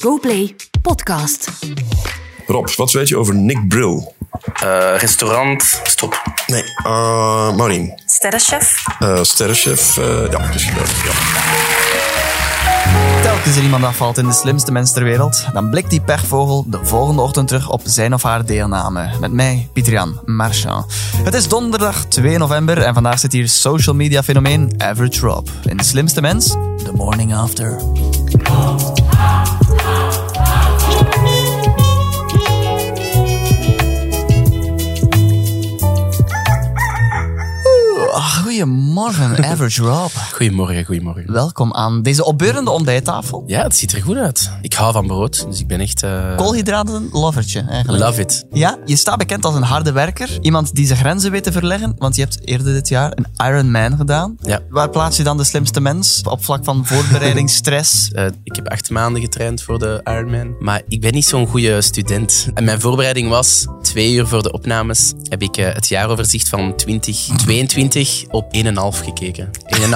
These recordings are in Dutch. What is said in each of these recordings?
GoPlay Podcast. Rob, wat weet je over Nick Brill? Eh, restaurant, stop. Nee. eh Maureen, Sterrenchef. eh, sterrenchef. eh, ja, dus, eh, ja. Telkens er iemand afvalt in de slimste mens ter wereld, dan blikt die pechvogel de volgende ochtend terug op zijn of haar deelname. Met mij, Pietrian Marchand. Het is donderdag 2 november en vandaag zit hier social media fenomeen Average Rob. In de slimste mens, The Morning After. Oeh, Goedemorgen, Average Rob. Goedemorgen, goedemorgen. Welkom aan deze opbeurende ontbijttafel. Ja, het ziet er goed uit. Ik hou van brood, dus ik ben echt... eh, Koolhydraten, lovertje eigenlijk. Love it. Ja, je staat bekend als een harde werker. Iemand die zijn grenzen weet te verleggen. Want je hebt eerder dit jaar een Ironman gedaan. Ja. Waar plaats je dan de slimste mens op vlak van voorbereiding, stress? Eh, ik heb acht maanden getraind voor de Ironman. Maar ik ben niet zo'n goede student. En mijn voorbereiding was, twee uur voor de opnames, heb ik eh, het jaaroverzicht van 2022 op 1,5 gekeken. 1,5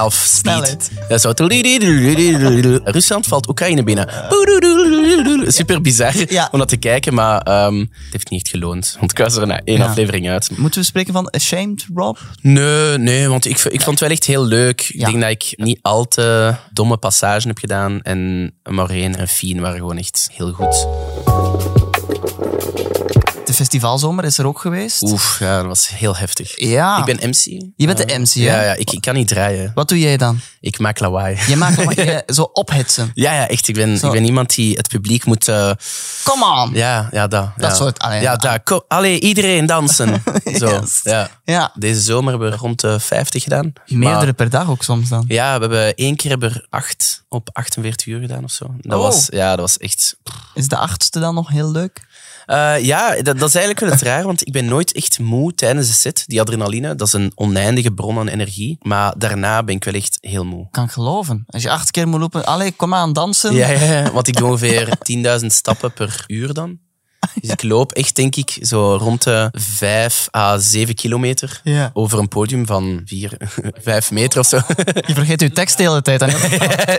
Snelheid. speed. Dat is zo... Rusland valt Oekraïne binnen. Super bizar Ja. om dat te kijken, maar ehm, het heeft niet echt geloond. Want ik was er na één Ja. aflevering uit. Moeten we spreken van ashamed, Rob? Nee, nee, want ik, ik vond het wel echt heel leuk. Ik Ja. denk dat ik niet al te domme passagen heb gedaan. En Maureen en Fien waren gewoon echt heel goed. De festivalzomer is er ook geweest. Oef, ja, dat was heel heftig. Ja. Ik ben MC. Je bent de MC, hè? Ja, ja ik, ik kan niet draaien. Wat doe jij dan? Ik maak lawaai. Je maakt hem eh, zo ophitsen. Ja, ja, echt. Ik ben, Zo. ik ben iemand die het publiek moet... eh, Come on! ja, ja, dat. Dat ja. soort- allee, ja, ah. dat. Kom, allee, iedereen dansen. Zo, Yes. ja. Ja. Deze zomer hebben we rond de 50 gedaan. Meerdere Maar- per dag ook soms dan. Ja, we hebben één keer hebben er acht op 48 uur gedaan of zo. Dat, Oh. was, ja, dat was echt... Is de achtste dan nog heel leuk? Eh, ja, dat, dat is eigenlijk wel het raar, want ik ben nooit echt moe tijdens de set. Die adrenaline, dat is een oneindige bron aan energie. Maar daarna ben ik wel echt heel moe. Kan ik geloven. Als je acht keer moet lopen, allee, kom aan, dansen. Ja, ja, ja, want ik doe ongeveer 10.000 stappen per uur dan. Dus ik loop echt, denk ik, zo rond de 5 à 7 kilometer Ja. over een podium van 4, 5 meter of zo. Je vergeet uw tekst de hele tijd. En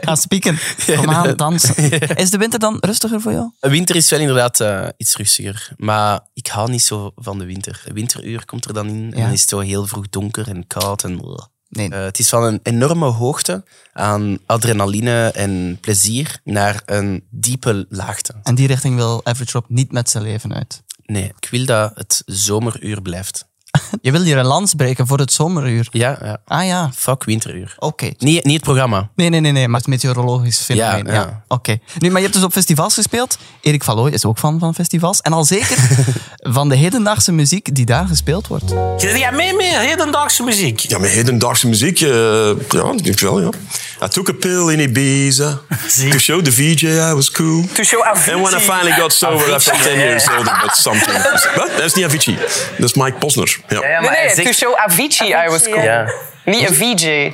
gaan spieken. Kom aan, dansen. Is de winter dan rustiger voor jou? Winter is wel inderdaad eh, iets rustiger. Maar ik hou niet zo van de winter. De winteruur komt er dan in en Ja. dan is het zo heel vroeg donker en koud. En... Nee. Eh, het is van een enorme hoogte aan adrenaline en plezier naar een diepe laagte. En die richting wil Average Rob niet met zijn leven uit. Nee, ik wil dat het zomeruur blijft. Je wil hier een lans breken voor het zomeruur. Ja, ja. Ah ja, oké. Fuck winteruur. Niet, niet het programma. Nee, nee, nee, nee, maar het meteorologisch fenomeen. Ja, Ja, ja. Oké. Nu, maar je hebt dus op festivals gespeeld. Erik Valooy is ook fan van festivals. En al zeker van de hedendaagse muziek die daar gespeeld wordt. Zit jij mee met hedendaagse muziek? ja, met hedendaagse muziek. eh, ja, ik denk wel, ja. I took a pill in Ibiza Zie. to show the VJ I was cool. To show Avicii. And when I finally got sober, I felt Avicii, 10 ja, years ja. older, but something. Wat? Dat is niet Avicii. Dat is Mike Posner. Ja. Ja, maar Nee, hij nee, zegt- to show Avicii I was cool. Ja. Niet een VJ.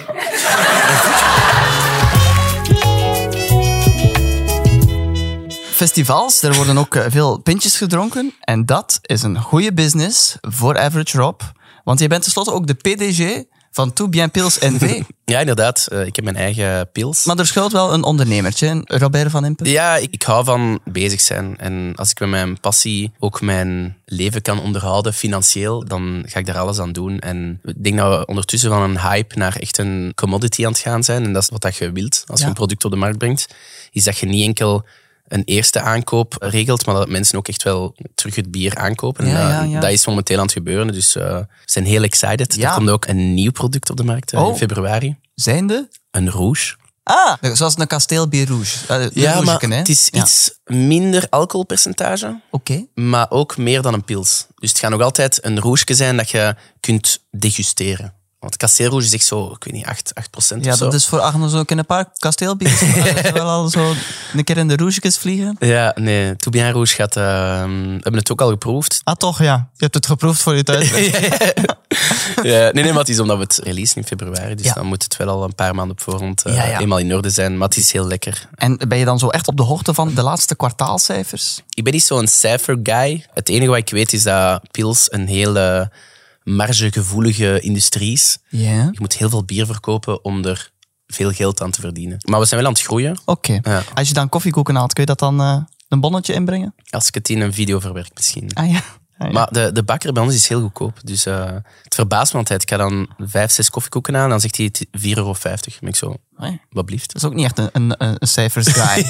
festivals, er worden ook eh, veel pintjes gedronken. En dat is een goede business voor Average Rob. Want je bent tenslotte ook de PDG van Tout Bien Pils NV. Ja, inderdaad. Eh, ik heb mijn eigen pils. maar er schuilt wel een ondernemertje, een Robert van Impen. Ja, ik, ik hou van bezig zijn. En als ik met mijn passie ook mijn leven kan onderhouden, financieel, dan ga ik daar alles aan doen. En ik denk dat we ondertussen van een hype naar echt een commodity aan het gaan zijn. En dat is wat dat je wilt als je Ja. een product op de markt brengt. Is dat je niet enkel een eerste aankoop regelt, maar dat mensen ook echt wel terug het bier aankopen. En, Ja, eh, ja, ja. Dat is momenteel aan het gebeuren. Dus eh, we zijn heel excited. Ja. Er komt ook een nieuw product op de markt eh, Oh. in februari. Zijnde? Een rouge. Ah, zoals een kasteel Bier Rouge. Eh, een Ja, maar rougeken, hè? het is Ja. iets minder alcoholpercentage Oké. maar ook meer dan een pils. Dus het gaat nog altijd een rouge zijn dat je kunt degusteren. Want kasseelrouge is echt zo, ik weet niet, 8, 8 procent Ja, of zo. dat is voor Agnes ook in een paar kasteelbiers. Maar dat is wel al zo een keer in de roesjes vliegen. Ja, nee, Tout Bien Rouge gaat... ehm, we hebben het ook al geproefd. Ah, toch, ja. Je hebt het geproefd voor je thuis. Ja, nee, nee, maar het is omdat we het releasen in februari. Dus Ja. dan moet het wel al een paar maanden op voorhand eh, Ja, ja. eenmaal in orde zijn. Maar het is heel lekker. en ben je dan zo echt op de hoogte van de laatste kwartaalcijfers? Ik ben niet zo'n cijfer guy. Het enige wat ik weet is dat pils een hele margegevoelige industrie is. Ja. Je moet heel veel bier verkopen om er veel geld aan te verdienen. Maar we zijn wel aan het groeien. Oké. Ja. Als je dan koffiekoeken haalt, kun je dat dan eh, een bonnetje inbrengen? Als ik het in een video verwerk misschien. Ah ja. Ah, ja. Maar de, de bakker bij ons is heel goedkoop. Dus eh, het verbaast me altijd. Ik ga dan vijf, zes koffiekoeken aan. Dan zegt hij het 4,50 euro. Dan ben ik zo, Ah, ja. wat blieft. Dat is ook niet echt een, een, een een cijfersdraai.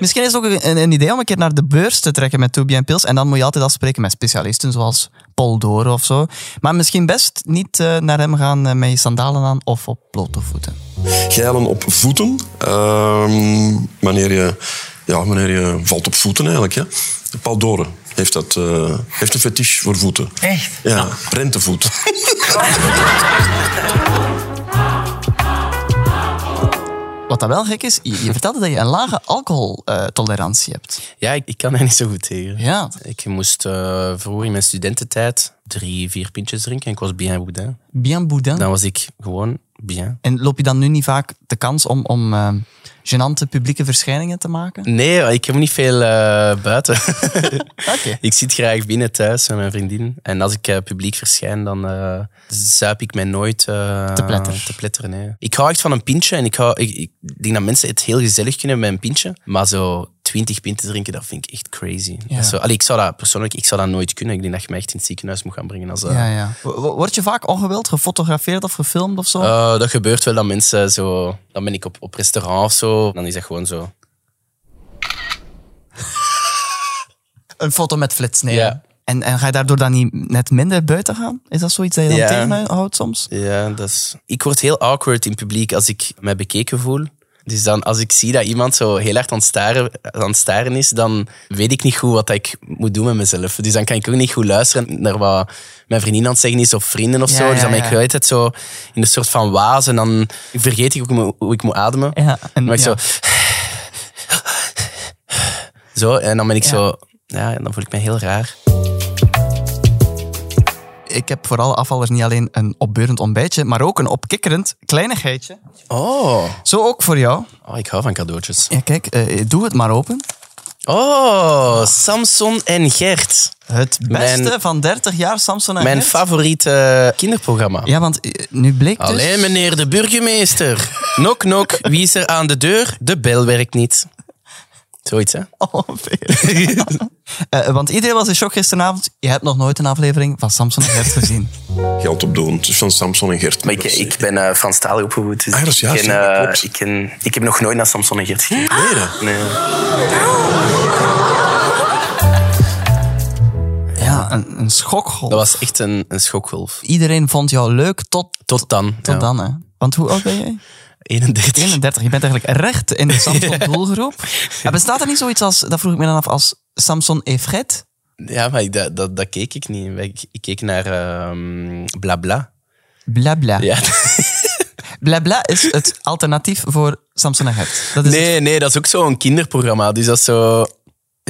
Misschien is het ook een, een idee om een keer naar de beurs te trekken met 2 en Pils. En dan moet je altijd afspreken met specialisten, zoals Paul Doren of zo. Maar misschien best niet eh, naar hem gaan eh, met je sandalen aan of op blote voeten. Geilen op voeten. Ehm, wanneer, je, ja, wanneer je valt op voeten eigenlijk. Hè. Paul Doren heeft, dat, eh, heeft een fetish voor voeten. Echt? Ja, rentevoet. Wat dat wel gek is, je, je vertelde dat je een lage alcoholtolerantie hebt. Ja, ik, ik kan daar niet zo goed tegen. Ja. Ik moest eh, vroeger in mijn studententijd drie, vier pintjes drinken. En ik was bien boudin. Bien boudin. Dan was ik gewoon bien. En loop je dan nu niet vaak de kans om, om eh, gênante publieke verschijningen te maken? Nee, ik heb niet veel eh, buiten. Oké. ik zit graag binnen thuis met mijn vriendin. En als ik eh, publiek verschijn, dan eh, zuip ik mij nooit... eh, Te pletter. Te pletteren, nee. Ik hou echt van een pintje. En ik, hou, ik, ik denk dat mensen het heel gezellig kunnen met een pintje. Maar zo twintig pinten drinken, dat vind ik echt crazy. Dat is zo- allee, ik zou dat persoonlijk ik zou dat nooit kunnen. Ik denk dat je mij echt in het ziekenhuis moet gaan brengen. Als, eh. dat- Ja, ja. W- w- Word je vaak ongewild gefotografeerd of gefilmd of zo? Eh, dat gebeurt wel dat mensen zo. Dan ben ik op, op restaurant of zo. Dan is dat gewoon zo. Een foto met flits nemen. Ja. En, en ga je daardoor dan niet net minder buiten gaan? Is dat zoiets dat je dan Ja. tegenhoudt soms? Ja, dat is. Ik word heel awkward in publiek als ik mij bekeken voel. Dus dan, als ik zie dat iemand zo heel hard aan het, staren, aan het staren is, dan weet ik niet goed wat ik moet doen met mezelf. Dus dan kan ik ook niet goed luisteren naar wat mijn vriendin aan het zeggen is, of vrienden of Ja, zo. Dus dan ja, ben ik ja. altijd zo in een soort van waas en dan vergeet ik ook hoe ik moet- hoe ik moet ademen. Ja, en- en dan ben ik ja. zo... Zo, en dan ben ik zo... Ja, en dan voel ik me heel raar. Ik heb voor alle afvallers niet alleen een opbeurend ontbijtje, maar ook een opkikkerend kleinigheidje. Oh. Zo ook voor jou. Oh, ik hou van cadeautjes. Ja, kijk, eh, doe het maar open. Oh, Samson en Gert. Het beste Mijn- van 30 jaar Samson en Mijn Gert. favoriete eh, kinderprogramma. Ja, want eh, nu bleek dus... Allee, meneer de burgemeester. Nok, nok. Wie is er aan de deur? De bel werkt niet. Zoiets, hè? Ongeveer. Eh, want iedereen was in shock gisteravond. Je hebt nog nooit een aflevering van Samson en Gert gezien. Geld opdoen. Het is van Samson en Gert. Maar ik, ik ben eh Franstalig opgevoed, dus Ah, dat is ik, juist, ken, ja, eh, klopt. Ah. ik, ken, ik heb nog nooit naar Samson en Gert gekeken. Nee. Ja, een, een schokgolf. Dat was echt een, een schokgolf. Iedereen vond jou leuk tot, tot, Tot dan. tot ja. dan, hè. Want hoe oud ben jij? 31. 31. Je bent eigenlijk recht in de Samson-doelgroep. Maar bestaat er niet zoiets als, dat vroeg ik me dan af, als Samson et Fred? Ja, maar ik- dat, dat, dat keek ik niet. Ik, ik keek naar ehm, Blabla. Blabla. Ja. Blabla is het alternatief voor Samson en Gert. Dat is Nee, nee, dat is ook zo'n kinderprogramma. Dus dat is zo...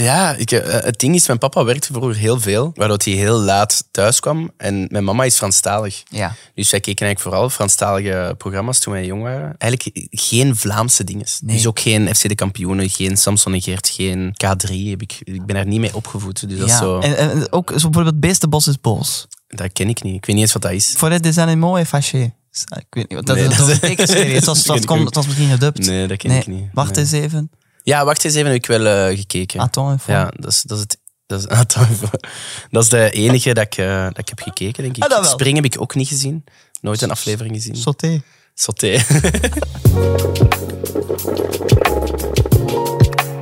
Ja, ik, eh, het ding is, mijn papa werkte vroeger heel veel, waardoor hij heel laat thuis kwam. En mijn mama is Franstalig. Ja. Dus wij keken eigenlijk vooral Franstalige programma's toen wij jong waren. Eigenlijk geen Vlaamse dingen. Dus ook geen FC de Kampioenen, geen Samson en Geert, geen K3. Heb ik, ik ben daar niet mee opgevoed. Dus dat, is Ja. zo, En, en ook zo bijvoorbeeld Beestenbos is boos. dat ken ik niet. Ik weet niet eens wat dat is. Forêt des animaux est fâché. Ik weet niet, wat- dat, Nee, dat, dat- dat is een tekenserie. Het dat was, ken dat ik kon, ook. het was misschien gedubt. Nee, dat ken ik niet. Wacht Nee. eens even. Ja, wacht eens even, heb ik wel eh, gekeken. Attends even. Ja, dat is, dat is het. Dat is, attends even. dat is de enige dat ik, eh, dat ik heb gekeken, denk ik. Ah, dat wel. Spring heb ik ook niet gezien. Nooit een aflevering gezien. Sauté. Sauté.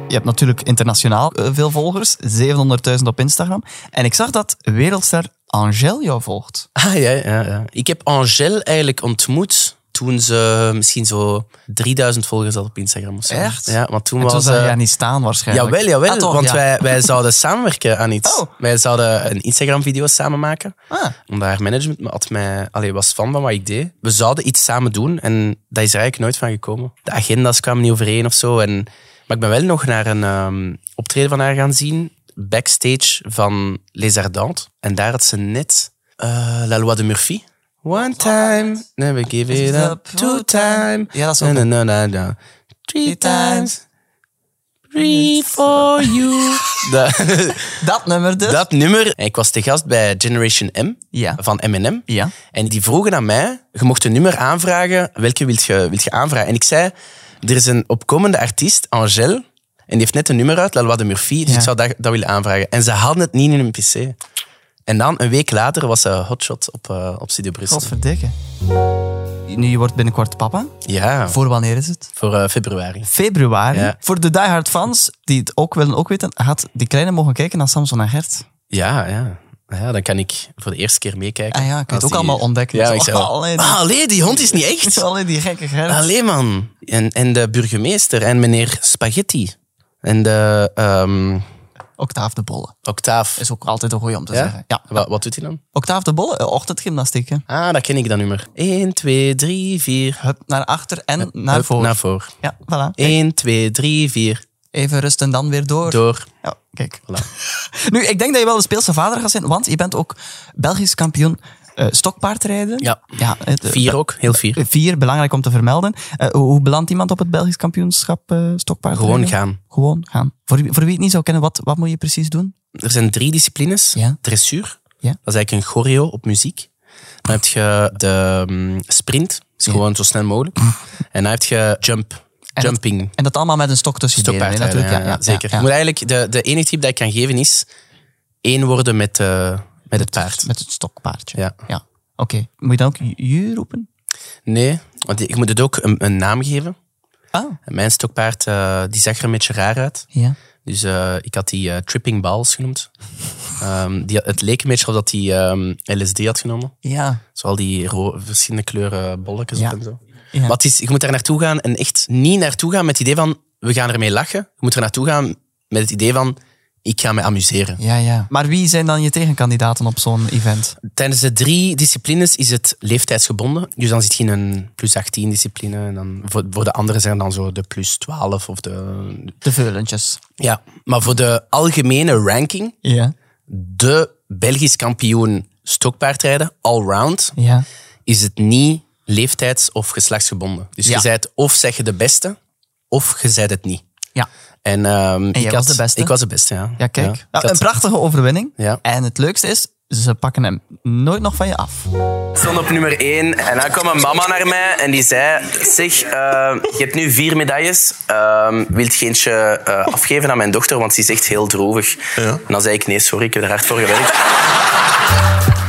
Je hebt natuurlijk internationaal eh, veel volgers. 700.000 op Instagram. En ik zag dat wereldster Angel jou volgt. Ah, ja, ja, ja. Ik heb Angèle eigenlijk ontmoet toen ze misschien zo 3000 volgers had op Instagram of zo. Echt? Ja, want toen En toen was... zou eh, je daar niet staan waarschijnlijk. Jawel, jawel. Ah, toch, want ja. wij, wij zouden samenwerken aan iets. Oh. Wij zouden een Instagram-video samen maken. Ah. Omdat haar management me- had mij, allee, was fan van wat ik deed. We zouden iets samen doen en dat is er eigenlijk nooit van gekomen. De agenda's kwamen niet overeen of zo. En, maar ik ben wel nog naar een ehm, optreden van haar gaan zien. Backstage van Les Ardentes. En daar had ze net eh, La Loi de Murphy. One time, never give it up. Two time. Ja, dat is ook no, no, no, no, no. Three times. times. Three for you. Dat- Dat nummer dus. dat nummer. En ik was te gast bij Generation M Ja. van M&M. Ja. En die vroegen aan mij, je mocht een nummer aanvragen, welke wilt je, wilt je aanvragen? En ik zei, er is een opkomende artiest, Angèle, en die heeft net een nummer uit, La Loi de Murphy, dus Ja. ik zou dat, dat willen aanvragen. En ze hadden het niet in hun pc. En dan, een week later, was ze hotshot op, eh, op Studio Brussel. Godverdikke. Nu, je wordt binnenkort papa. Ja, voor, Voor wanneer is het? eh, februari. Februari. Ja. Voor de diehard fans, die het ook willen ook weten, had die kleine mogen kijken naar Samson en Gert. Ja, ja. Ja, dan kan ik voor de eerste keer meekijken. Ah ja, ik kan Als het ook die- allemaal ontdekken. Ja, Dus, ik zei, oh, allee, die- ah, allee, die hond is niet echt. Allee, die gekke Gert. Allee, man. En, en de burgemeester en meneer Spaghetti. En de ehm Octaaf de Bolle. Octaaf. Is ook altijd een goeie om te zeggen. Ja. Wa- Wat, doet hij dan? Octaaf de Bolle, eh, ochtendgymnastiek. hè. Ah, dat ken ik dat nummer. 1, 2, 3, 4. Hup, naar achter en naar voren. Naar voren. Ja, voilà. 1, 2, 3, 4. Even rust en dan weer door. Door. Ja, kijk. Voilà. Nu, ik denk dat je wel de speelse vader gaat zijn, want je bent ook Belgisch kampioen eh, stokpaardrijden. Ja. ja het, eh, Vier ook, heel vier. Vier, belangrijk om te vermelden. Eh, hoe, hoe belandt iemand op het Belgisch kampioenschap eh stokpaardrijden? Gewoon gaan. Gewoon gaan. Voor, wie- voor wie het niet zou kennen, wat, wat moet je precies doen? Er zijn drie disciplines. Ja. Dressuur. Ja. Dat is eigenlijk een choreo op muziek. Dan heb je de mm, sprint. Dat is gewoon zo snel mogelijk. En dan heb je jump. dat- Jumping. En dat allemaal met een stok tussen je benen, hè, Stokpaardrijden, ja, natuurlijk. zeker. Je Moet eigenlijk, de, de enige tip dat ik kan geven is één worden met, eh, met het paard. Met het stokpaardje. Ja. Oké. Moet je dan ook je roepen? Nee, want ik moet het ook een, een naam geven. Ah, En Mijn stokpaard eh, die zag er een beetje raar uit. ja. Dus eh, ik had die eh, tripping balls genoemd. Ehm, die, het leek een beetje of dat hij ehm, LSD had genomen. Ja. Zoal die ro- verschillende kleuren bolletjes Ja. op en zo. Ja. Maar het is, je moet daar naartoe gaan en echt niet naartoe gaan met het idee van we gaan ermee lachen. Je moet er naartoe gaan met het idee van ik ga me amuseren. Ja, ja. Maar wie zijn dan je tegenkandidaten op zo'n event? Tijdens de drie disciplines is het leeftijdsgebonden. Dus dan zit je in een plus 18 discipline. En dan voor, voor de anderen zijn dan zo de plus 12 of de... De veulentjes. Ja, maar voor de algemene ranking, Ja. de Belgisch kampioen stokpaardrijden, allround, Ja. is het niet leeftijds- of geslachtsgebonden. Dus Ja. je bent of zeg je de beste, of je bent het niet. Ja. En, ehm, jij ik was had- de beste? Ik was de beste, ja. Ja, kijk. Ik Nou, had- een prachtige overwinning. Ja. En het leukste is, ze pakken hem nooit nog van je af. stond op nummer 1 en dan kwam een mama naar mij en die zei: Zeg, eh, je hebt nu vier medailles. Ehm wilt je eentje eh, afgeven aan mijn dochter, want ze is echt heel droevig. Ja. En dan zei ik: Nee, sorry, ik heb er hard voor gewerkt.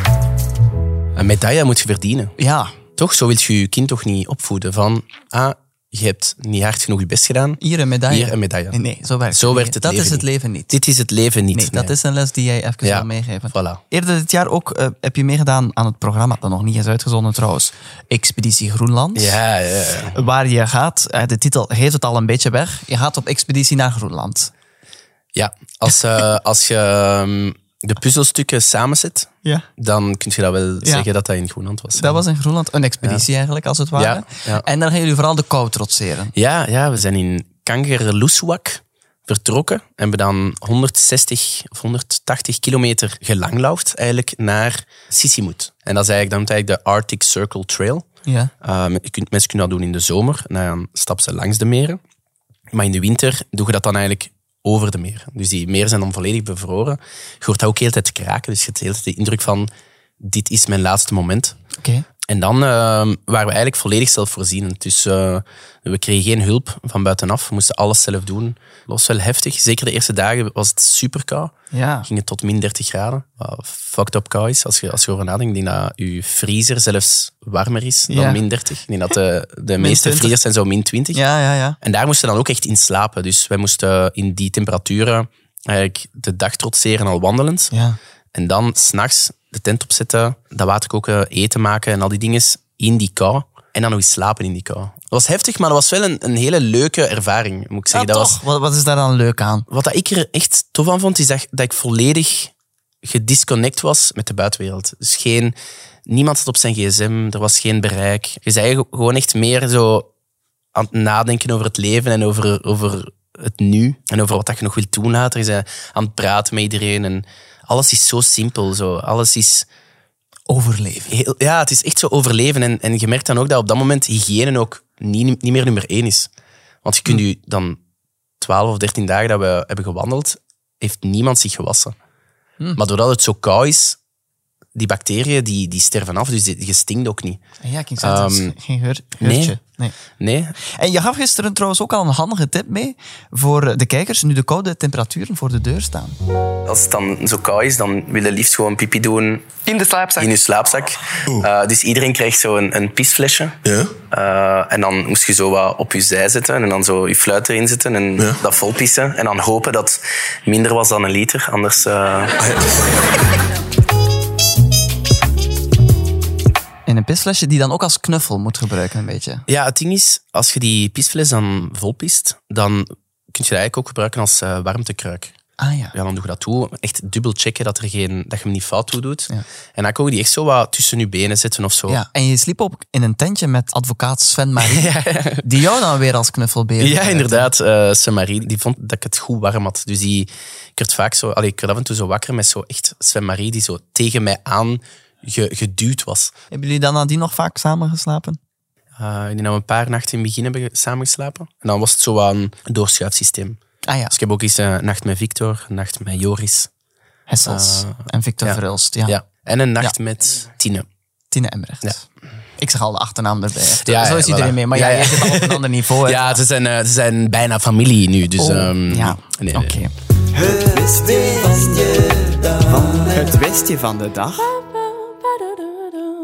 Een medaille moet je verdienen. Ja. Toch? Zo wil je je kind toch niet opvoeden van: Ah, je hebt niet hard genoeg je best gedaan. Hier een medaille. Hier een medaille. Nee, nee, zo werkt Zo het werkt het niet. Dat leven is het niet. leven niet. Dit is het leven niet. Nee, dat is een les die jij even Ja, wil meegeven. voilà. Eerder dit jaar ook eh, heb je meegedaan aan het programma, dat nog niet is uitgezonden trouwens, Expeditie Groenland. Ja, ja, ja. Waar je gaat, eh, de titel geeft het al een beetje weg, je gaat op expeditie naar Groenland. ja. Als, eh, als je ehm, de puzzelstukken samenzet, Ja. dan kun je dat wel Ja. zeggen dat dat in Groenland was. Dat was in Groenland een expeditie eigenlijk, als het ware. Ja, ja. En dan gaan jullie vooral de kou trotseren. Ja, ja, we zijn in Kangerlussuaq vertrokken. En hebben dan 160 of 180 kilometer gelanglaufd eigenlijk naar Sissimut. En dat is eigenlijk, dat noemt eigenlijk de Arctic Circle Trail. Ja. Eh, je kunt, mensen kunnen dat doen in de zomer. En dan stap ze langs de meren. Maar in de winter doe je dat dan eigenlijk over de meren. Dus die meren zijn dan volledig bevroren. Je hoort dat ook de hele tijd kraken. Dus je hebt de hele tijd de indruk van, dit is mijn laatste moment. Oké. En dan ehm, waren we eigenlijk volledig zelfvoorzienend. Dus eh, we kregen geen hulp van buitenaf. We moesten alles zelf doen. Het was wel heftig. Zeker de eerste dagen was het super koud. Ja. Ging het tot min 30 graden. Wat fucked up koud is. Als je, als je over nadenkt, ik denk dat je vriezer zelfs warmer is dan Ja. min 30. Ik denk dat de, de meeste 20. vriezers zijn zo min 20. Ja, ja, ja. En daar moesten we dan ook echt in slapen. Dus wij moesten in die temperaturen eigenlijk de dag trotseren al wandelend. Ja. En dan s'nachts de tent opzetten, dat water koken, eten maken en al die dingen in die kou. En dan nog eens slapen in die kou. Dat was heftig, maar dat was wel een, een hele leuke ervaring, moet ik Ah, zeggen. dat was, Wat, wat is daar dan leuk aan? wat dat ik er echt tof aan vond, is dat, dat ik volledig gedisconnect was met de buitenwereld. Dus geen, niemand zat op zijn gsm, er was geen bereik. Je zei ge- gewoon echt meer zo aan het nadenken over het leven en over, over het nu. En over wat dat je nog wilt doen later. Je zei aan het praten met iedereen. En alles is zo simpel. Zo. Alles is Overleven. heel, ja, het is echt zo overleven. En, en je merkt dan ook dat op dat moment hygiëne ook niet, niet meer nummer één is. Want je kunt je dan 12 of 13 dagen dat we hebben gewandeld, heeft niemand zich gewassen. Maar doordat het zo koud is, die bacteriën die, die sterven af, dus die- je stinkt ook niet. Ah, Ja, ik zei het, dat Ehm, is geen geur, nee. geurtje. Nee. Nee, En je gaf gisteren trouwens ook al een handige tip mee voor de kijkers, nu de koude temperaturen voor de deur staan. als het dan zo koud is, dan wil je liefst gewoon pipi doen In de slaapzak. in je slaapzak. Eh, dus iedereen krijgt zo een, een pisflesje. Ja? Eh, en dan moest je zo wat op je zij zetten en dan zo je fluit erin zetten en Ja. dat volpissen. En dan hopen dat het minder was dan een liter, anders... eh, In een pisflesje die dan ook als knuffel moet gebruiken, een beetje. Ja, het ding is, als je die pisfles dan volpist, dan kun je dat eigenlijk ook gebruiken als eh, warmtekruik. Ah ja. Ja, dan doe je dat toe. Echt dubbel checken dat, er geen, dat je hem niet fout toe doet. En dan kon je die echt zo wat tussen je benen zetten of zo. Ja, en je sliep op in een tentje met advocaat Sven Marie, die jou dan weer als knuffelbeer. Ja, gebruikt. inderdaad. eh Sven-Marie, die vond dat ik het goed warm had. Dus die, ik werd vaak zo... Allee, ik werd af en toe zo wakker met zo echt Sven-Marie die zo tegen mij aan ge- geduwd was. Hebben jullie dan nadien nog vaak samengeslapen? Eh ik denk dat we een paar nachten in het begin hebben ge- samengeslapen. En dan was het zo wat een doorschuifsysteem. Ah ja, Dus ik heb ook eens eh, een nacht met Victor, een nacht met Joris. Hessels Eh, en Victor ja. Verhulst. Ja. Ja. En een nacht met Tine. Tine Emrecht. Ik zeg al de achternaam erbij. hè. Ja, Zo is ja, iedereen voilà. mee, maar ja, Ja, jij ja. zit al op een ander niveau. hè. Ja, ze zijn, eh, ze zijn bijna familie nu. Dus, Oh, ehm, ja. nee, nee. oké. Het westje van de dag.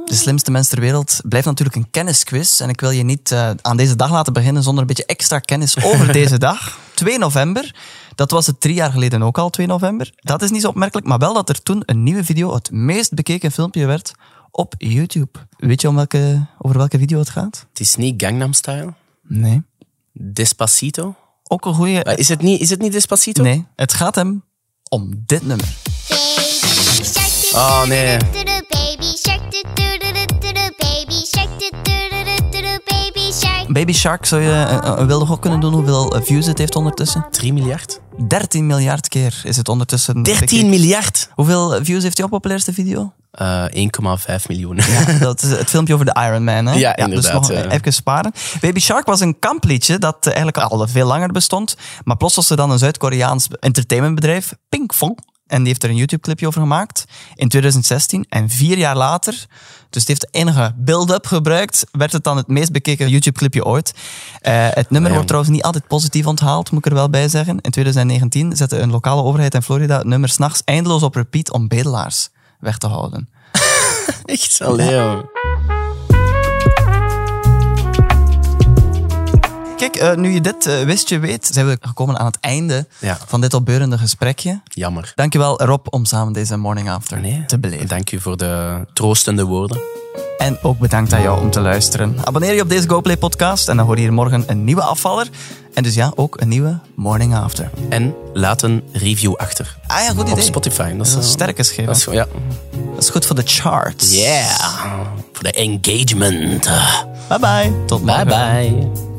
De slimste mens ter wereld blijft natuurlijk een kennisquiz. En ik wil je niet eh, aan deze dag laten beginnen zonder een beetje extra kennis over deze dag. 2 november. Dat was het drie jaar geleden ook al, 2 november. Dat is niet zo opmerkelijk, maar wel dat er toen een nieuwe video het meest bekeken filmpje werd op YouTube. Weet je om welke, over welke video het gaat? Het is niet Gangnam Style. Nee. Despacito. Ook een goede. Eh, Is het niet, is het niet Despacito? Nee, het gaat hem om dit nummer. Oh, nee. Baby Shark, zou je eh, eh, een wilde gok kunnen doen hoeveel eh, views het heeft ondertussen? 3 miljard? 13 miljard keer is het ondertussen. bekeken. 13 miljard? Hoeveel views heeft die populairste video? Eh, 1,5 miljoen. dat is het filmpje over de Iron Man. Hè? Ja, Dus inderdaad, nog ja. even sparen. Baby Shark was een kampliedje dat eh, eigenlijk al veel langer bestond. Maar plots was er dan een Zuid-Koreaans entertainmentbedrijf, Pinkfong. En die heeft er een YouTube-clipje over gemaakt in 2016. En vier jaar later, dus het heeft enige build-up gebruikt, werd het dan het meest bekeken YouTube-clipje ooit. Eh, het nummer wordt trouwens niet altijd positief onthaald, moet ik er wel bij zeggen. In 2019 zette een lokale overheid in Florida het nummer s'nachts eindeloos op repeat om bedelaars weg te houden. Echt? Allee, joh. Kijk, eh, nu je dit eh, wist, je weet, zijn we gekomen aan het einde Ja. van dit opbeurende gesprekje. Jammer. Dankjewel Rob om samen deze morning after Nee. te beleven. Dank u voor de troostende woorden. En ook bedankt aan jou om te luisteren. Abonneer je op deze GoPlay podcast en dan hoor je hier morgen een nieuwe afvaller. En dus ja, ook een nieuwe morning after. En laat een review achter. Ah ja, goed idee. Op Spotify. Dat is, een eh, sterke schema. Dat is, ja. Dat is goed voor de charts. Yeah. Voor de engagement. Bye bye. Tot morgen. Bye bye.